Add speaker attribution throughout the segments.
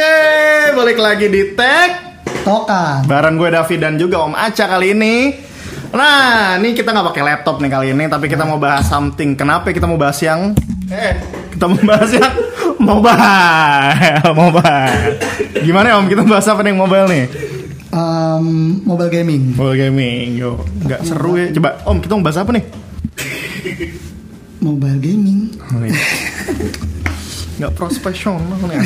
Speaker 1: Yeay, balik lagi di Tech
Speaker 2: Tokan.
Speaker 1: Bareng gue David dan juga Om Aca kali ini Nah, ini kita nggak pakai laptop nih kali ini Tapi kita mau bahas something Kenapa kita mau bahas yang
Speaker 2: Eh,
Speaker 1: Kita mau bahas yang Mobile Mobile Gimana ya Om, kita bahas apa nih yang mobile nih?
Speaker 2: um, mobile gaming.
Speaker 1: Mobile gaming, yo Nggak seru ya Coba, Om kita mau bahas apa nih?
Speaker 2: Mobile gaming.
Speaker 1: nggak profesional nih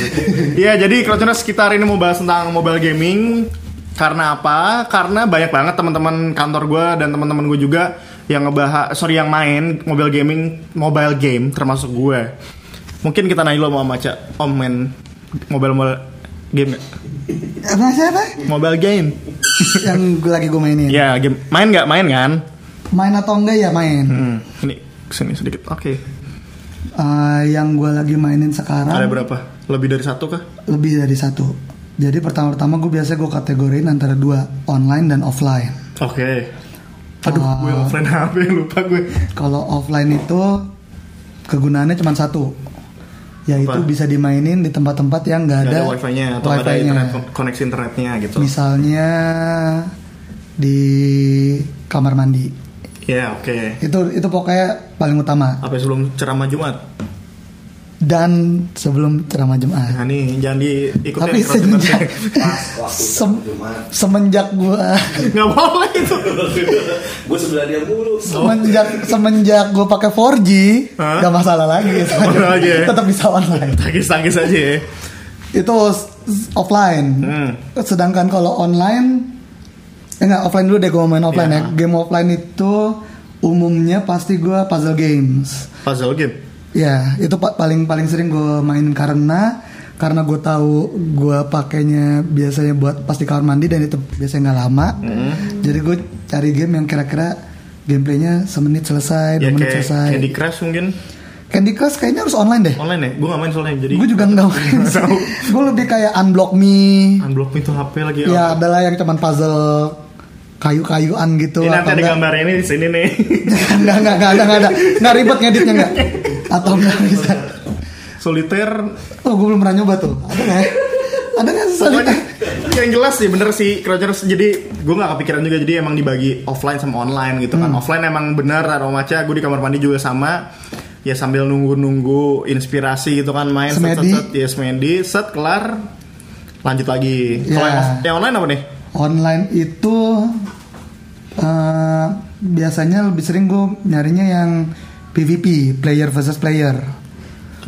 Speaker 1: Iya jadi Kroconers sekitar ini mau bahas tentang mobile gaming karena apa? Karena banyak banget teman-teman kantor gue dan teman-teman gue juga yang ngebahas sorry yang main mobile gaming mobile game termasuk gue. Mungkin kita nanya dulu sama Maca, om main mobile mobile game nggak?
Speaker 2: Apa sih apa?
Speaker 1: Mobile game?
Speaker 2: Yang gue lagi gue mainin.
Speaker 1: Ya game main nggak main kan?
Speaker 2: Main atau enggak ya main.
Speaker 1: Hmm, ini sini sedikit. Oke.
Speaker 2: Eh, yang gue lagi mainin
Speaker 1: Ada
Speaker 2: sekarang
Speaker 1: berapa? Lebih dari satu kah?
Speaker 2: lebih dari satu. Jadi pertama-tama gue biasa gue kategoriin antara dua online dan offline.
Speaker 1: Oke. Aduh,
Speaker 2: Ah.
Speaker 1: gue offline HP lupa gue.
Speaker 2: Kalau offline itu kegunaannya cuma satu, yaitu
Speaker 1: Apa?
Speaker 2: bisa dimainin di tempat-tempat yang nggak
Speaker 1: Nggak
Speaker 2: ada,
Speaker 1: ada, wifi-nya atau nggak ada
Speaker 2: wifi-nya.
Speaker 1: internet koneksi internetnya gitu.
Speaker 2: Misalnya di kamar mandi.
Speaker 1: Ya oke.
Speaker 2: itu itu pokoknya paling utama
Speaker 1: Apa sebelum ceramah Jumat?
Speaker 2: dan sebelum ceramah jemaah
Speaker 1: Nah nih jangan diikutin.
Speaker 2: tapi
Speaker 1: cross
Speaker 2: semenjak
Speaker 1: internet.
Speaker 2: sem- semenjak gua
Speaker 1: nggak boleh itu.
Speaker 3: gue sebelah dia mulu
Speaker 2: semenjak semenjak gua pakai 4G
Speaker 1: Hah?
Speaker 2: gak masalah lagi
Speaker 1: masalah lagi ya?
Speaker 2: tetap bisa online
Speaker 1: Tangis-tangis aja ya.
Speaker 2: itu s- s- offline
Speaker 1: Hmm.
Speaker 2: sedangkan kalau online eh enggak offline dulu deh gua main offline
Speaker 1: Iya.
Speaker 2: ya game offline itu umumnya pasti gua puzzle games
Speaker 1: Puzzle game.
Speaker 2: Ya, itu pa- paling paling sering gue main karena karena gue tahu gue pakainya biasanya buat pas di kamar mandi dan itu biasanya nggak lama.
Speaker 1: Hmm.
Speaker 2: Jadi gue cari game yang kira-kira gameplaynya semenit selesai,
Speaker 1: Ya
Speaker 2: dua
Speaker 1: kayak
Speaker 2: menit Eh, selesai.
Speaker 1: Candy Crush mungkin
Speaker 2: Candy Crush kayaknya harus online deh.
Speaker 1: online ya. Gue nggak main soalnya jadi.
Speaker 2: Gue juga nggak main.
Speaker 1: Tahu.
Speaker 2: gue lebih kayak unblock me.
Speaker 1: Unblock itu HP lagi.
Speaker 2: Ya
Speaker 1: apa.
Speaker 2: adalah yang cuman puzzle kayu-kayuan gitu.
Speaker 1: Ini nanti
Speaker 2: atau
Speaker 1: ada
Speaker 2: enggak-
Speaker 1: gambarnya ini di sini nih.
Speaker 2: Enggak, enggak, enggak ada, enggak ada. Enggak ribet ngeditnya enggak. Atau enggak bisa.
Speaker 1: Solitaire.
Speaker 2: Oh, gue belum pernah nyoba tuh. Ada nggak? ya? Ada nggak sih
Speaker 1: Pokoknya
Speaker 2: solitaire?
Speaker 1: yang jelas sih bener sih Crowders jadi gue nggak kepikiran juga jadi emang dibagi offline sama online gitu
Speaker 2: Hmm.
Speaker 1: kan offline emang bener Raro Maca gue di kamar mandi juga sama ya sambil nunggu-nunggu inspirasi gitu kan main set,
Speaker 2: Semedi.
Speaker 1: set set ya semedi set kelar lanjut lagi kalau
Speaker 2: Ya.
Speaker 1: yang, off- yang online apa nih
Speaker 2: Online itu eh, biasanya lebih sering gue nyarinya yang PVP, player versus player.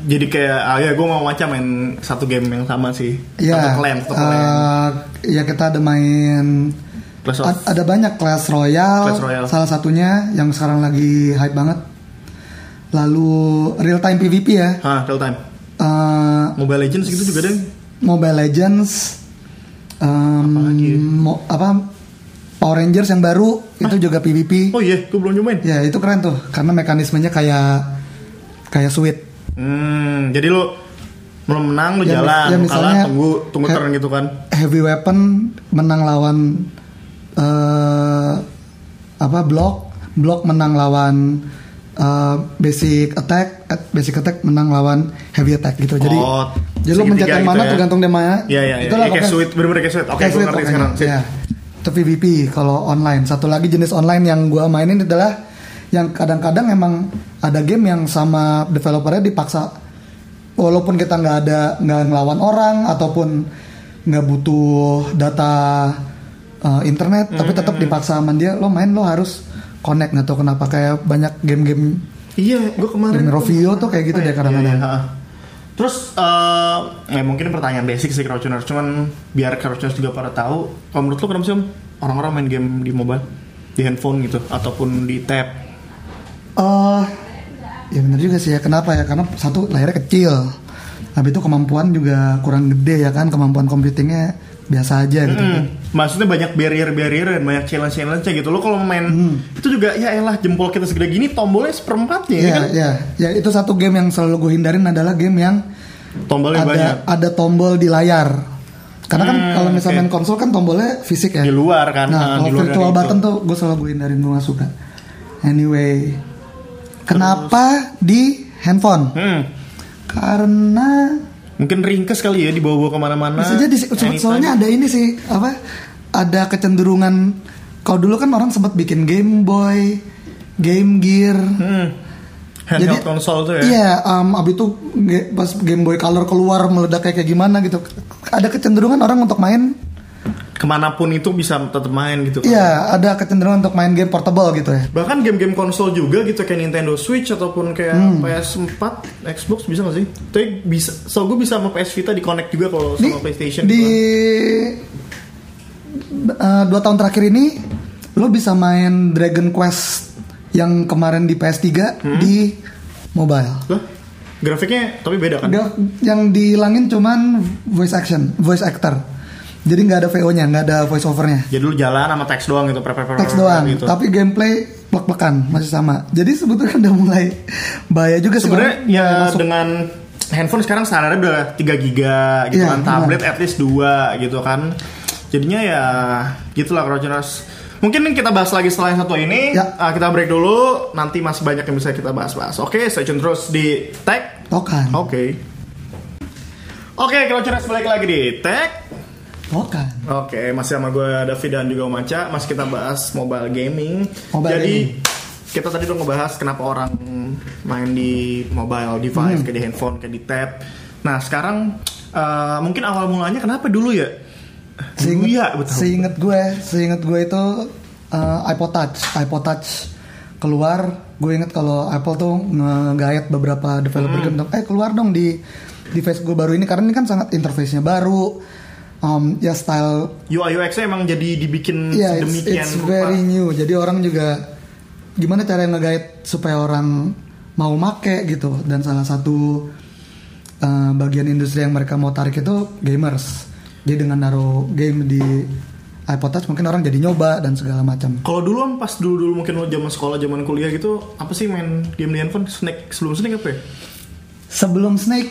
Speaker 1: jadi kayak ah ya gue mau Maca main satu game yang sama sih
Speaker 2: Ya,
Speaker 1: satu clan satu clan
Speaker 2: eh, ya kita ada main
Speaker 1: Clash of-
Speaker 2: ad- ada banyak Clash Royale,
Speaker 1: Clash Royale.
Speaker 2: salah satunya yang sekarang lagi hype banget. Lalu real time PVP ya.
Speaker 1: Hah, real time
Speaker 2: Eh,
Speaker 1: Mobile Legends gitu juga deh
Speaker 2: Mobile Legends, um,
Speaker 1: Apalagi ya?
Speaker 2: mo- apa Power Rangers yang baru itu juga PvP.
Speaker 1: oh iya gue belum nyobain
Speaker 2: Ya itu keren tuh karena mekanismenya kayak kayak sweet.
Speaker 1: Hmm, jadi lu belum menang lu
Speaker 2: Ya,
Speaker 1: jalan, Lu
Speaker 2: mis- ya,
Speaker 1: kalah
Speaker 2: misalnya-
Speaker 1: tunggu tunggu
Speaker 2: kayak-
Speaker 1: turn gitu kan.
Speaker 2: Heavy weapon menang lawan eh apa block, block menang lawan eh, basic attack, eh, basic attack menang lawan heavy attack gitu. Jadi
Speaker 1: Oh,
Speaker 2: jadi lu mencet
Speaker 1: segitiga
Speaker 2: yang
Speaker 1: gitu
Speaker 2: mana
Speaker 1: ya.
Speaker 2: tergantung dia mana.
Speaker 1: Iya iya iya. Ya, kayak
Speaker 2: Itulah pokoknya-
Speaker 1: sweet, bener-bener kayak sweet. Oke,
Speaker 2: Kayak
Speaker 1: gue
Speaker 2: sulit
Speaker 1: ngerti
Speaker 2: pokoknya.
Speaker 1: sekarang. Sip.
Speaker 2: Ya. Itu PVP kalau online. Satu lagi jenis online yang gua mainin adalah yang kadang-kadang emang ada game yang sama developernya dipaksa walaupun kita nggak ada nggak ngelawan orang ataupun nggak butuh data uh, internet tapi tetap dipaksa sama dia lo main lo harus connect nggak tahu kenapa kayak banyak game-game
Speaker 1: Iya, gue kemarin.
Speaker 2: game
Speaker 1: tuh-
Speaker 2: Rovio tuh kayak gitu
Speaker 1: Apa
Speaker 2: deh
Speaker 1: ya? Iya,
Speaker 2: kadang-kadang.
Speaker 1: iya, ha. Terus eh ya mungkin pertanyaan basic sih Crowdtuners, cuman biar Crowdtuners juga pada tahu. Kalau menurut lu kenapa sih Om, orang-orang main game di mobile, di handphone gitu ataupun di tab?
Speaker 2: eh ya benar juga sih ya. Kenapa ya? Karena satu layarnya kecil. Habis itu kemampuan juga kurang gede ya kan. Kemampuan computingnya biasa aja gitu.
Speaker 1: Hmm, Maksudnya banyak barrier-barrier dan banyak challenge-challenge gitu. Lo kalau main
Speaker 2: Hmm.
Speaker 1: itu juga ya elah jempol kita segede gini tombolnya seperempatnya ya
Speaker 2: Ya,
Speaker 1: kan.
Speaker 2: ya, ya itu satu game yang selalu gue hindarin adalah game yang
Speaker 1: Tombolnya
Speaker 2: ada
Speaker 1: banyak.
Speaker 2: ada tombol di layar. Karena kan
Speaker 1: Hmm,
Speaker 2: kalau misalnya
Speaker 1: oke.
Speaker 2: main konsol kan tombolnya fisik ya.
Speaker 1: di luar kan
Speaker 2: Nah,
Speaker 1: di
Speaker 2: kalau
Speaker 1: luar
Speaker 2: virtual
Speaker 1: dari
Speaker 2: button
Speaker 1: itu.
Speaker 2: tuh gue selalu gue hindarin gue nggak suka. Anyway, kenapa di handphone?
Speaker 1: hmm.
Speaker 2: Karena
Speaker 1: Mungkin ringkes kali ya dibawa-bawa kemana-mana.
Speaker 2: Bisa jadi sih, so-
Speaker 1: Anytime.
Speaker 2: soalnya ada ini sih apa? Ada kecenderungan kalau dulu kan orang sempat bikin Game Boy, Game Gear.
Speaker 1: Hmm. Handheld konsol tuh ya.
Speaker 2: Iya, em, abis itu ge- pas Game Boy Color keluar meledak kayak kayak gimana gitu. Ada kecenderungan orang untuk main.
Speaker 1: Kemanapun itu bisa tetap main gitu. kan.
Speaker 2: Iya, ada kecenderungan untuk main game portable gitu ya.
Speaker 1: Bahkan game-game konsol juga gitu kayak Nintendo Switch ataupun kayak
Speaker 2: Hmm.
Speaker 1: PS4, Xbox bisa gak sih? Tapi bisa, so gue bisa sama PS Vita di connect juga kalau
Speaker 2: Di,
Speaker 1: sama PlayStation.
Speaker 2: di
Speaker 1: gitu kan.
Speaker 2: eh, dua tahun terakhir ini lo bisa main Dragon Quest yang kemarin di PS3
Speaker 1: Hmm?
Speaker 2: di mobile.
Speaker 1: Lah, grafiknya tapi beda kan?
Speaker 2: Dia- yang dihilangin cuman voice action, voice actor. Jadi nggak ada VO-nya, nggak ada voice over-nya.
Speaker 1: Jadi lu Ya jalan sama teks doang gitu, pre- pre- pre-
Speaker 2: Teks doang,
Speaker 1: gitu.
Speaker 2: tapi gameplay plek-plekan masih sama. Jadi sebetulnya udah mulai bahaya juga sih.
Speaker 1: sebenarnya
Speaker 2: orang
Speaker 1: ya
Speaker 2: mulai masuk.
Speaker 1: dengan handphone sekarang standarnya udah 3 giga gitu
Speaker 2: Iya,
Speaker 1: kan
Speaker 2: benar.
Speaker 1: tablet at least 2 gitu kan jadinya ya gitulah Crossgeners mungkin kita bahas lagi setelah yang satu ini
Speaker 2: Ya.
Speaker 1: Ah, kita break dulu nanti masih banyak yang bisa kita bahas-bahas oke stay tune terus di tag
Speaker 2: tokan.
Speaker 1: oke Oke, Crossgeners balik lagi di tag.
Speaker 2: Tokan.
Speaker 1: Oke, masih sama gue David dan juga Om Aca. Masih kita bahas mobile gaming.
Speaker 2: Mobile
Speaker 1: Jadi
Speaker 2: gaming.
Speaker 1: kita tadi udah ngebahas kenapa orang main di mobile device,
Speaker 2: Hmm.
Speaker 1: kayak di handphone, kayak di tab. Nah sekarang eh, mungkin awal mulanya kenapa dulu ya? Dulu ya,
Speaker 2: Seinget,
Speaker 1: betul.
Speaker 2: seinget gue, seinget gue itu eh, iPod Touch, iPod Touch keluar. Gue inget kalau Apple tuh ngegayat beberapa developer
Speaker 1: Hmm.
Speaker 2: game untuk, eh keluar dong di device gue baru ini karena ini kan sangat interface-nya baru. Em, ya style
Speaker 1: UI UX-nya emang jadi dibikin
Speaker 2: Iya, it's,
Speaker 1: demikian
Speaker 2: it's
Speaker 1: rupa.
Speaker 2: very new. Jadi orang juga gimana cara ngegait supaya orang mau make gitu. Dan salah satu uh, bagian industri yang mereka mau tarik itu gamers. Jadi dengan naruh game di iPod Touch mungkin orang jadi nyoba dan segala macam.
Speaker 1: Kalau dulu Om, pas dulu dulu mungkin lo zaman sekolah, zaman kuliah gitu, apa sih main game di handphone? Snack sebelum snack apa ya?
Speaker 2: Sebelum Snake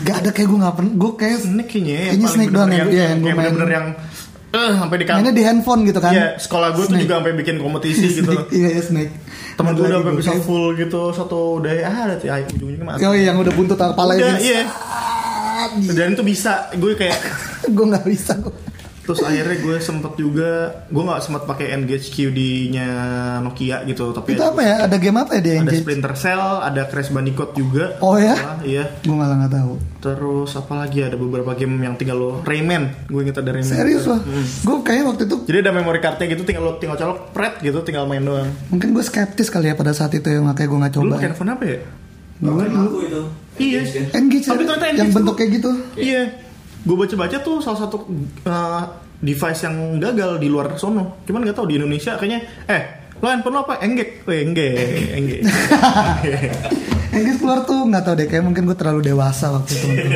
Speaker 2: gak ada kayak gue nggak pernah gue kayak
Speaker 1: Snack kayaknya. ya,
Speaker 2: Kayaknya
Speaker 1: paling
Speaker 2: Snake doang
Speaker 1: bener
Speaker 2: yang- iya, yang gua main.
Speaker 1: bener-bener yang eh, sampai di
Speaker 2: mainnya di handphone gitu kan
Speaker 1: Iya, sekolah gue tuh
Speaker 2: Snake.
Speaker 1: juga sampai bikin kompetisi gitu.
Speaker 2: Snake, iya iya, Snake
Speaker 1: Temen
Speaker 2: Ada
Speaker 1: gue udah
Speaker 2: lagi
Speaker 1: sampai bisa
Speaker 2: kayak-
Speaker 1: full gitu satu udah ah ada ti- ay, ujungnya mati.
Speaker 2: oh iya, yang udah buntut kepala
Speaker 1: Udah,
Speaker 2: ini
Speaker 1: iya. Dan itu bisa, gue kayak
Speaker 2: gue nggak bisa gue
Speaker 1: terus akhirnya gue sempet juga gue nggak sempet pakai Engage QD-nya Nokia gitu, tapi
Speaker 2: itu
Speaker 1: ada,
Speaker 2: apa ya ada game apa ya dia yang
Speaker 1: ada
Speaker 2: jadi-
Speaker 1: Splinter Cell, ada Crash Bandicoot juga.
Speaker 2: Oh ya?
Speaker 1: Ah, iya.
Speaker 2: Gue malah nggak tahu.
Speaker 1: Terus apa lagi ada beberapa game yang tinggal lo Rayman, gue inget ada Rayman.
Speaker 2: Serius loh. Gue kayaknya waktu itu
Speaker 1: Jadi ada memory cardnya gitu, tinggal lo tinggal colok, pret gitu, tinggal main doang.
Speaker 2: mungkin gue skeptis kali ya pada saat itu ya makanya gue nggak
Speaker 1: Dulu
Speaker 2: coba.
Speaker 1: pakai handphone apa ya?
Speaker 2: Gue
Speaker 3: aku itu.
Speaker 1: Iya.
Speaker 3: Engage kan?
Speaker 2: Engage
Speaker 1: Tapi ternyata
Speaker 2: yang
Speaker 1: Engage
Speaker 2: bentuk kayak gitu.
Speaker 1: Iya. Gue baca-baca tuh salah satu uh, device yang gagal di luar sono. Cuman nggak tahu di Indonesia kayaknya eh lo handphone lo apa? Oh, Enggek. Weh, enggek, enggek.
Speaker 2: Engage keluar tuh nggak tahu deh kayak mungkin gue terlalu dewasa waktu itu. mungkin.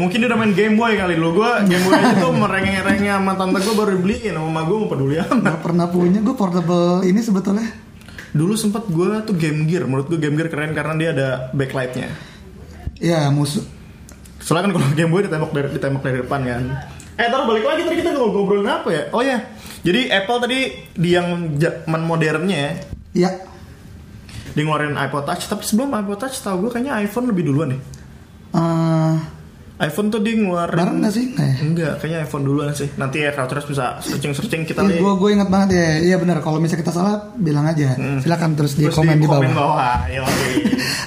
Speaker 1: Mungkin dia udah main Game Boy kali dulu. Gue Game Boy aja tuh merengek-rengek sama tante gue baru dibeliin sama mama gue mau peduli amat.
Speaker 2: Nggak pernah punya gue portable ini sebetulnya.
Speaker 1: Dulu sempet gue tuh Game Gear. Menurut gue Game Gear keren karena dia ada backlightnya.
Speaker 2: Ya musuh.
Speaker 1: Soalnya kan kalau Game Boy ditembak dari ditembak dari depan kan. Eh taruh balik lagi tadi kita ngobrolin apa ya? Oh ya, jadi Apple tadi di yang zaman modernnya ya,
Speaker 2: Ya
Speaker 1: dia ngeluarin iPod Touch tapi sebelum iPod Touch tahu gue kayaknya iPhone lebih duluan deh
Speaker 2: eh,
Speaker 1: iPhone tuh dia ngeluarin
Speaker 2: bareng nggak sih? Nah, ya.
Speaker 1: enggak kayaknya iPhone duluan sih nanti ya terus bisa searching searching kita lihat
Speaker 2: gue gue inget banget ya. Iya benar. Kalau misalnya kita salah bilang aja. Silakan terus di
Speaker 1: Hmm. terus
Speaker 2: komen di bawah.
Speaker 1: bawah. Ya, oke.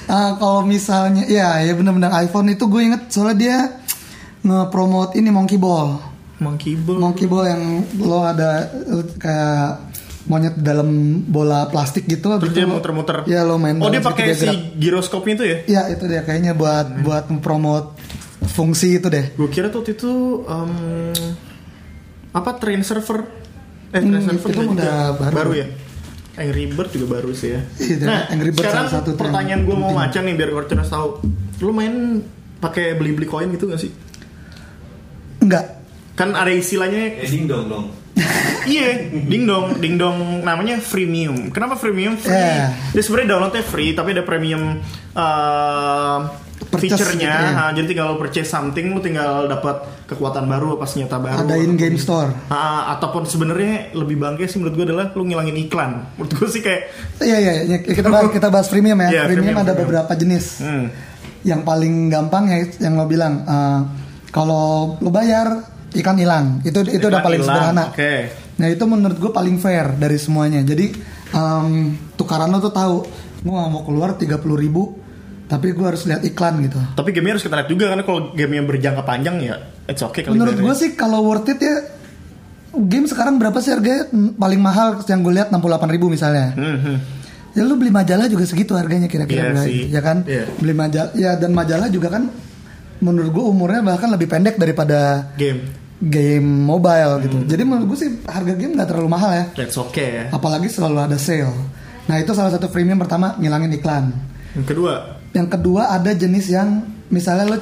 Speaker 2: Ah, kalau misalnya ya ya benar-benar iPhone itu gue inget soalnya dia nge-promote ini Monkey Ball.
Speaker 1: monkey ball
Speaker 2: Monkey Ball yang lo ada eh, kayak monyet dalam bola plastik gitu
Speaker 1: terus
Speaker 2: abis
Speaker 1: dia
Speaker 2: itu lo-
Speaker 1: muter-muter
Speaker 2: Ya lo main
Speaker 1: oh dia
Speaker 2: balance
Speaker 1: pakai
Speaker 2: gitu, dia
Speaker 1: si Hmm.
Speaker 2: gerak.
Speaker 1: giroskopnya itu ya
Speaker 2: Ya itu dia kayaknya buat buat mempromot fungsi itu deh.
Speaker 1: gue kira tuh waktu itu em, apa train server eh train
Speaker 2: Hmm,
Speaker 1: server
Speaker 2: itu
Speaker 1: juga
Speaker 2: udah baru.
Speaker 1: ya Angry Bird juga baru sih ya
Speaker 2: Iya, Angry Bird
Speaker 1: sekarang
Speaker 2: salah satu tuh yang
Speaker 1: pertanyaan gue mau
Speaker 2: penting.
Speaker 1: macam nih biar Cortinas tahu lu main pakai beli beli koin gitu gak sih
Speaker 2: Enggak.
Speaker 1: kan ada istilahnya
Speaker 3: Ya ding dong dong.
Speaker 1: iya dingdong dingdong namanya freemium kenapa freemium free
Speaker 2: Yeah.
Speaker 1: dia sebenarnya downloadnya free tapi ada premium eh,
Speaker 2: Purchase
Speaker 1: feature-nya
Speaker 2: gitu ya.
Speaker 1: Nah, jadi tinggal lo purchase something lu tinggal dapat kekuatan baru apa senjata baru
Speaker 2: Ada in-game store.
Speaker 1: Ah, ataupun sebenarnya lebih bangke sih menurut gue adalah lu ngilangin iklan menurut gue sih kayak
Speaker 2: Iya iya iya. kita bahas kita bahas premium ya.
Speaker 1: Iya,
Speaker 2: premium,
Speaker 1: premium,
Speaker 2: ada
Speaker 1: premium.
Speaker 2: beberapa jenis.
Speaker 1: hmm,
Speaker 2: yang paling gampang ya yang lo bilang eh, kalau lo bayar ikan hilang itu itu
Speaker 1: Ikan
Speaker 2: udah paling
Speaker 1: hilang,
Speaker 2: sederhana
Speaker 1: oke.
Speaker 2: nah itu menurut gue paling fair dari semuanya jadi em, tukaran lo tuh tahu gue nggak mau keluar 30.000 ribu tapi gue harus lihat iklan gitu
Speaker 1: Tapi gamenya harus kita lihat juga karena kalau game yang berjangka panjang ya it's okay kali
Speaker 2: menurut
Speaker 1: bayarnya.
Speaker 2: gue sih kalau worth it ya game sekarang berapa sih harganya Hmm, paling mahal yang gue lihat 68.000 ribu misalnya
Speaker 1: Hmm, hmm.
Speaker 2: ya lu beli majalah juga segitu harganya
Speaker 1: Iya
Speaker 2: kira-kira berapa,
Speaker 1: sih.
Speaker 2: ya kan
Speaker 1: Iya.
Speaker 2: beli majalah ya dan majalah juga kan menurut gue umurnya bahkan lebih pendek daripada
Speaker 1: Game
Speaker 2: game mobile gitu
Speaker 1: Hmm.
Speaker 2: jadi menurut gue sih harga game nggak terlalu mahal ya
Speaker 1: that's okay ya.
Speaker 2: apalagi selalu ada sale nah itu salah satu premium pertama ngilangin iklan
Speaker 1: Yang kedua
Speaker 2: yang kedua ada jenis yang misalnya lu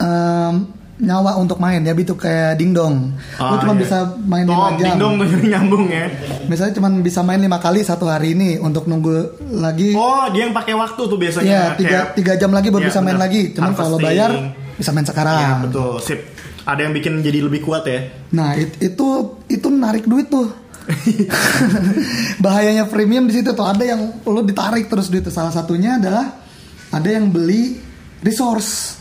Speaker 2: em, nyawa untuk main ya gitu kayak dingdong lu
Speaker 1: ah,
Speaker 2: cuma
Speaker 1: iya.
Speaker 2: bisa main
Speaker 1: Tom,
Speaker 2: 5 jam
Speaker 1: dingdong tuh jadi nyambung ya.
Speaker 2: misalnya cuma bisa main lima kali satu hari ini untuk nunggu lagi
Speaker 1: Oh, dia yang pakai waktu tuh biasanya.
Speaker 2: Iya, tiga,
Speaker 1: kayak-
Speaker 2: tiga jam lagi baru
Speaker 1: Iya,
Speaker 2: bisa main
Speaker 1: benar.
Speaker 2: lagi. Cuman kalau
Speaker 1: Harvesting.
Speaker 2: bayar bisa main sekarang.
Speaker 1: Iya, betul. Sip. Ada yang bikin jadi lebih kuat ya.
Speaker 2: Nah, it- itu itu narik duit tuh. Bahayanya premium di situ tuh ada yang lu ditarik terus duit. Salah satunya adalah ada yang beli resource.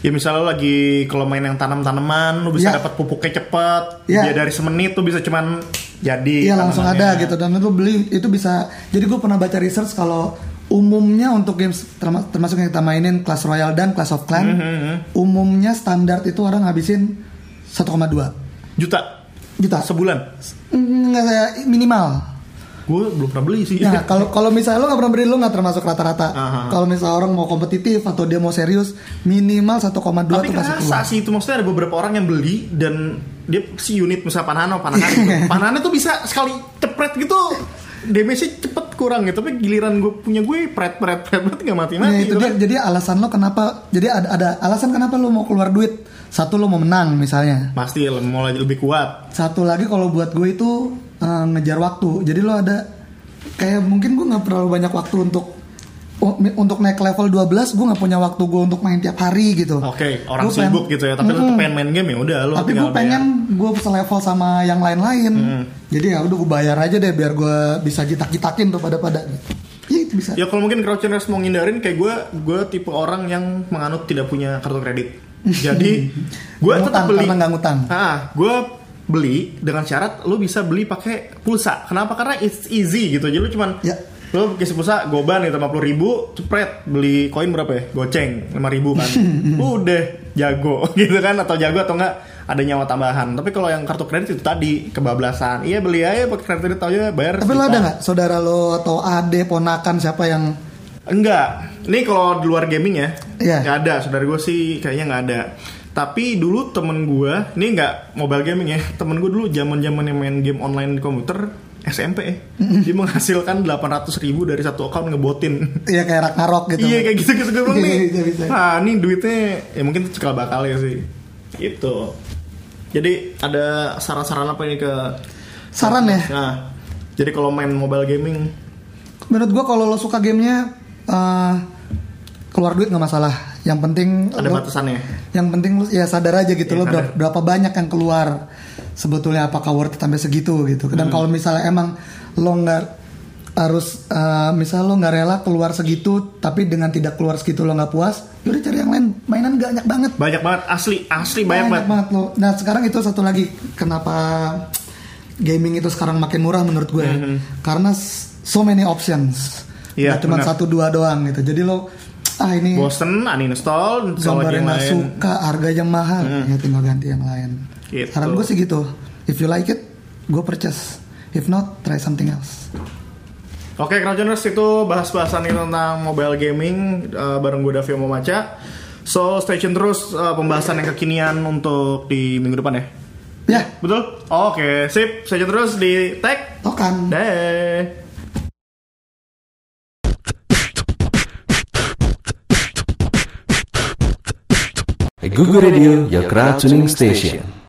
Speaker 1: Ya misalnya lo lagi kalau main yang tanam-tanaman, lo bisa
Speaker 2: Iya.
Speaker 1: dapat pupuknya cepet.
Speaker 2: Iya.
Speaker 1: Dia dari semenit tuh bisa cuman jadi.
Speaker 2: Iya langsung ada
Speaker 1: tanamannya.
Speaker 2: gitu dan lu beli itu bisa. Jadi gue pernah baca research kalau umumnya untuk games terma- termasuk yang kita mainin Clash Royale dan Clash of Clans,
Speaker 1: Mhm,
Speaker 2: umumnya standar itu orang habisin 1,2
Speaker 1: Juta
Speaker 2: juta
Speaker 1: sebulan.
Speaker 2: Enggak saya minimal.
Speaker 1: Gue belum pernah beli sih.
Speaker 2: Nah kalau kalau misalnya lo nggak pernah beri lo nggak termasuk rata-rata.
Speaker 1: Iya. Aha.
Speaker 2: Kalau misalnya orang mau kompetitif atau dia mau serius minimal
Speaker 1: Tapi
Speaker 2: 1,2 tuh pasti
Speaker 1: kerasa
Speaker 2: keluar.
Speaker 1: sih itu maksudnya ada beberapa orang yang beli dan dia si unit misalnya Panhano, Panahan gitu. Panahan itu bisa sekali cepret gitu damage-nya cepet kurang gitu tapi giliran gue punya gue pret pret pret pret nggak gitu. mati
Speaker 2: Nah,
Speaker 1: mati
Speaker 2: itu dia, jadi alasan lo kenapa jadi ada, ada alasan kenapa lo mau keluar duit satu lo mau menang misalnya
Speaker 1: pasti lah, mau lagi lebih kuat
Speaker 2: satu lagi kalau buat gue itu eh, ngejar waktu jadi lo ada kayak mungkin gue nggak terlalu banyak waktu untuk oh, untuk naik level 12 gue nggak punya waktu gue untuk main tiap hari gitu
Speaker 1: oke orang
Speaker 2: Gue pengen-
Speaker 1: sibuk gitu ya tapi lu
Speaker 2: Mm-mm.
Speaker 1: tetap pengen main game ya udah lu
Speaker 2: tapi
Speaker 1: tinggal Hmm.
Speaker 2: gue pengen gue selevel sama yang lain-lain jadi ya udah gue bayar aja deh biar gue bisa jitak-jitakin tuh pada pada ya itu bisa
Speaker 1: bayar. ya kalau mungkin crowdtuners mau ngindarin kayak gue gue tipe orang yang menganut tidak punya kartu kredit jadi gue tetap
Speaker 2: Ngutang,
Speaker 1: beli
Speaker 2: karena nggak ngutang.
Speaker 1: Ah, gue beli dengan syarat lu bisa beli pakai pulsa. Kenapa? Karena it's easy gitu. Jadi lu cuman
Speaker 2: Ya.
Speaker 1: lu pakai pulsa goban gitu 50 ribu, cepret beli koin berapa ya? Goceng 5 ribu kan. Udah jago gitu kan atau jago atau enggak ada nyawa tambahan. Tapi kalau yang kartu kredit itu tadi kebablasan. Iya beli aja pakai kartu kredit aja bayar.
Speaker 2: tapi lo ada
Speaker 1: sejuta.
Speaker 2: nggak saudara lo atau ade ponakan siapa yang
Speaker 1: Enggak. Ini kalau di luar gaming ya.
Speaker 2: Iya.
Speaker 1: Nggak ada. Saudara gue sih kayaknya nggak ada. Tapi dulu temen gue, ini nggak mobile gaming ya. Temen gue dulu zaman zaman yang main game online di komputer SMP ya. Dia menghasilkan 800 ribu dari satu account ngebotin.
Speaker 2: ya kayak Ragnarok gitu
Speaker 1: Iya kayak gitu gitu gue bilang
Speaker 2: Iya,
Speaker 1: nih.
Speaker 2: bisa, bisa.
Speaker 1: Nah ini duitnya ya mungkin cikal bakal ya sih. Itu. Jadi ada saran-saran apa ini ke?
Speaker 2: saran ya
Speaker 1: Nah, jadi kalau main mobile gaming,
Speaker 2: menurut gue kalau lo suka gamenya eh, keluar duit nggak masalah yang penting
Speaker 1: ada
Speaker 2: lo-
Speaker 1: batasannya.
Speaker 2: yang penting lu ya sadar aja gitu
Speaker 1: Iya,
Speaker 2: loh
Speaker 1: sadar.
Speaker 2: berapa, berapa banyak yang keluar sebetulnya apakah worth it sampai segitu gitu dan
Speaker 1: Hmm.
Speaker 2: kalau misalnya emang lo nggak harus eh, misal lo nggak rela keluar segitu tapi dengan tidak keluar segitu lo nggak puas yaudah cari yang lain mainan banyak banget
Speaker 1: Banyak banget asli asli banyak banget.
Speaker 2: lo nah sekarang itu satu lagi kenapa gaming itu sekarang makin murah menurut gue ya. karena s- so many options
Speaker 1: Hmm. Iya,
Speaker 2: Nggak cuma
Speaker 1: benar.
Speaker 2: satu dua doang gitu jadi lo ah ini
Speaker 1: bosen uninstall install lagi
Speaker 2: gambar yang
Speaker 1: yang
Speaker 2: nggak
Speaker 1: lain
Speaker 2: suka harganya mahal ya tinggal ganti yang lain
Speaker 1: Gitu.
Speaker 2: saran gue sih gitu if you like it gue purchase if not try something else
Speaker 1: oke Crowdjourners itu bahas-bahasan ini tentang mobile gaming eh, bareng gue Davio Momaca so stay tune terus eh, pembahasan yang kekinian untuk di minggu depan ya
Speaker 2: ya
Speaker 1: betul oke sip stay tune terus di tag
Speaker 2: tokan
Speaker 1: deh
Speaker 4: Google Radio, your crowd tuning station.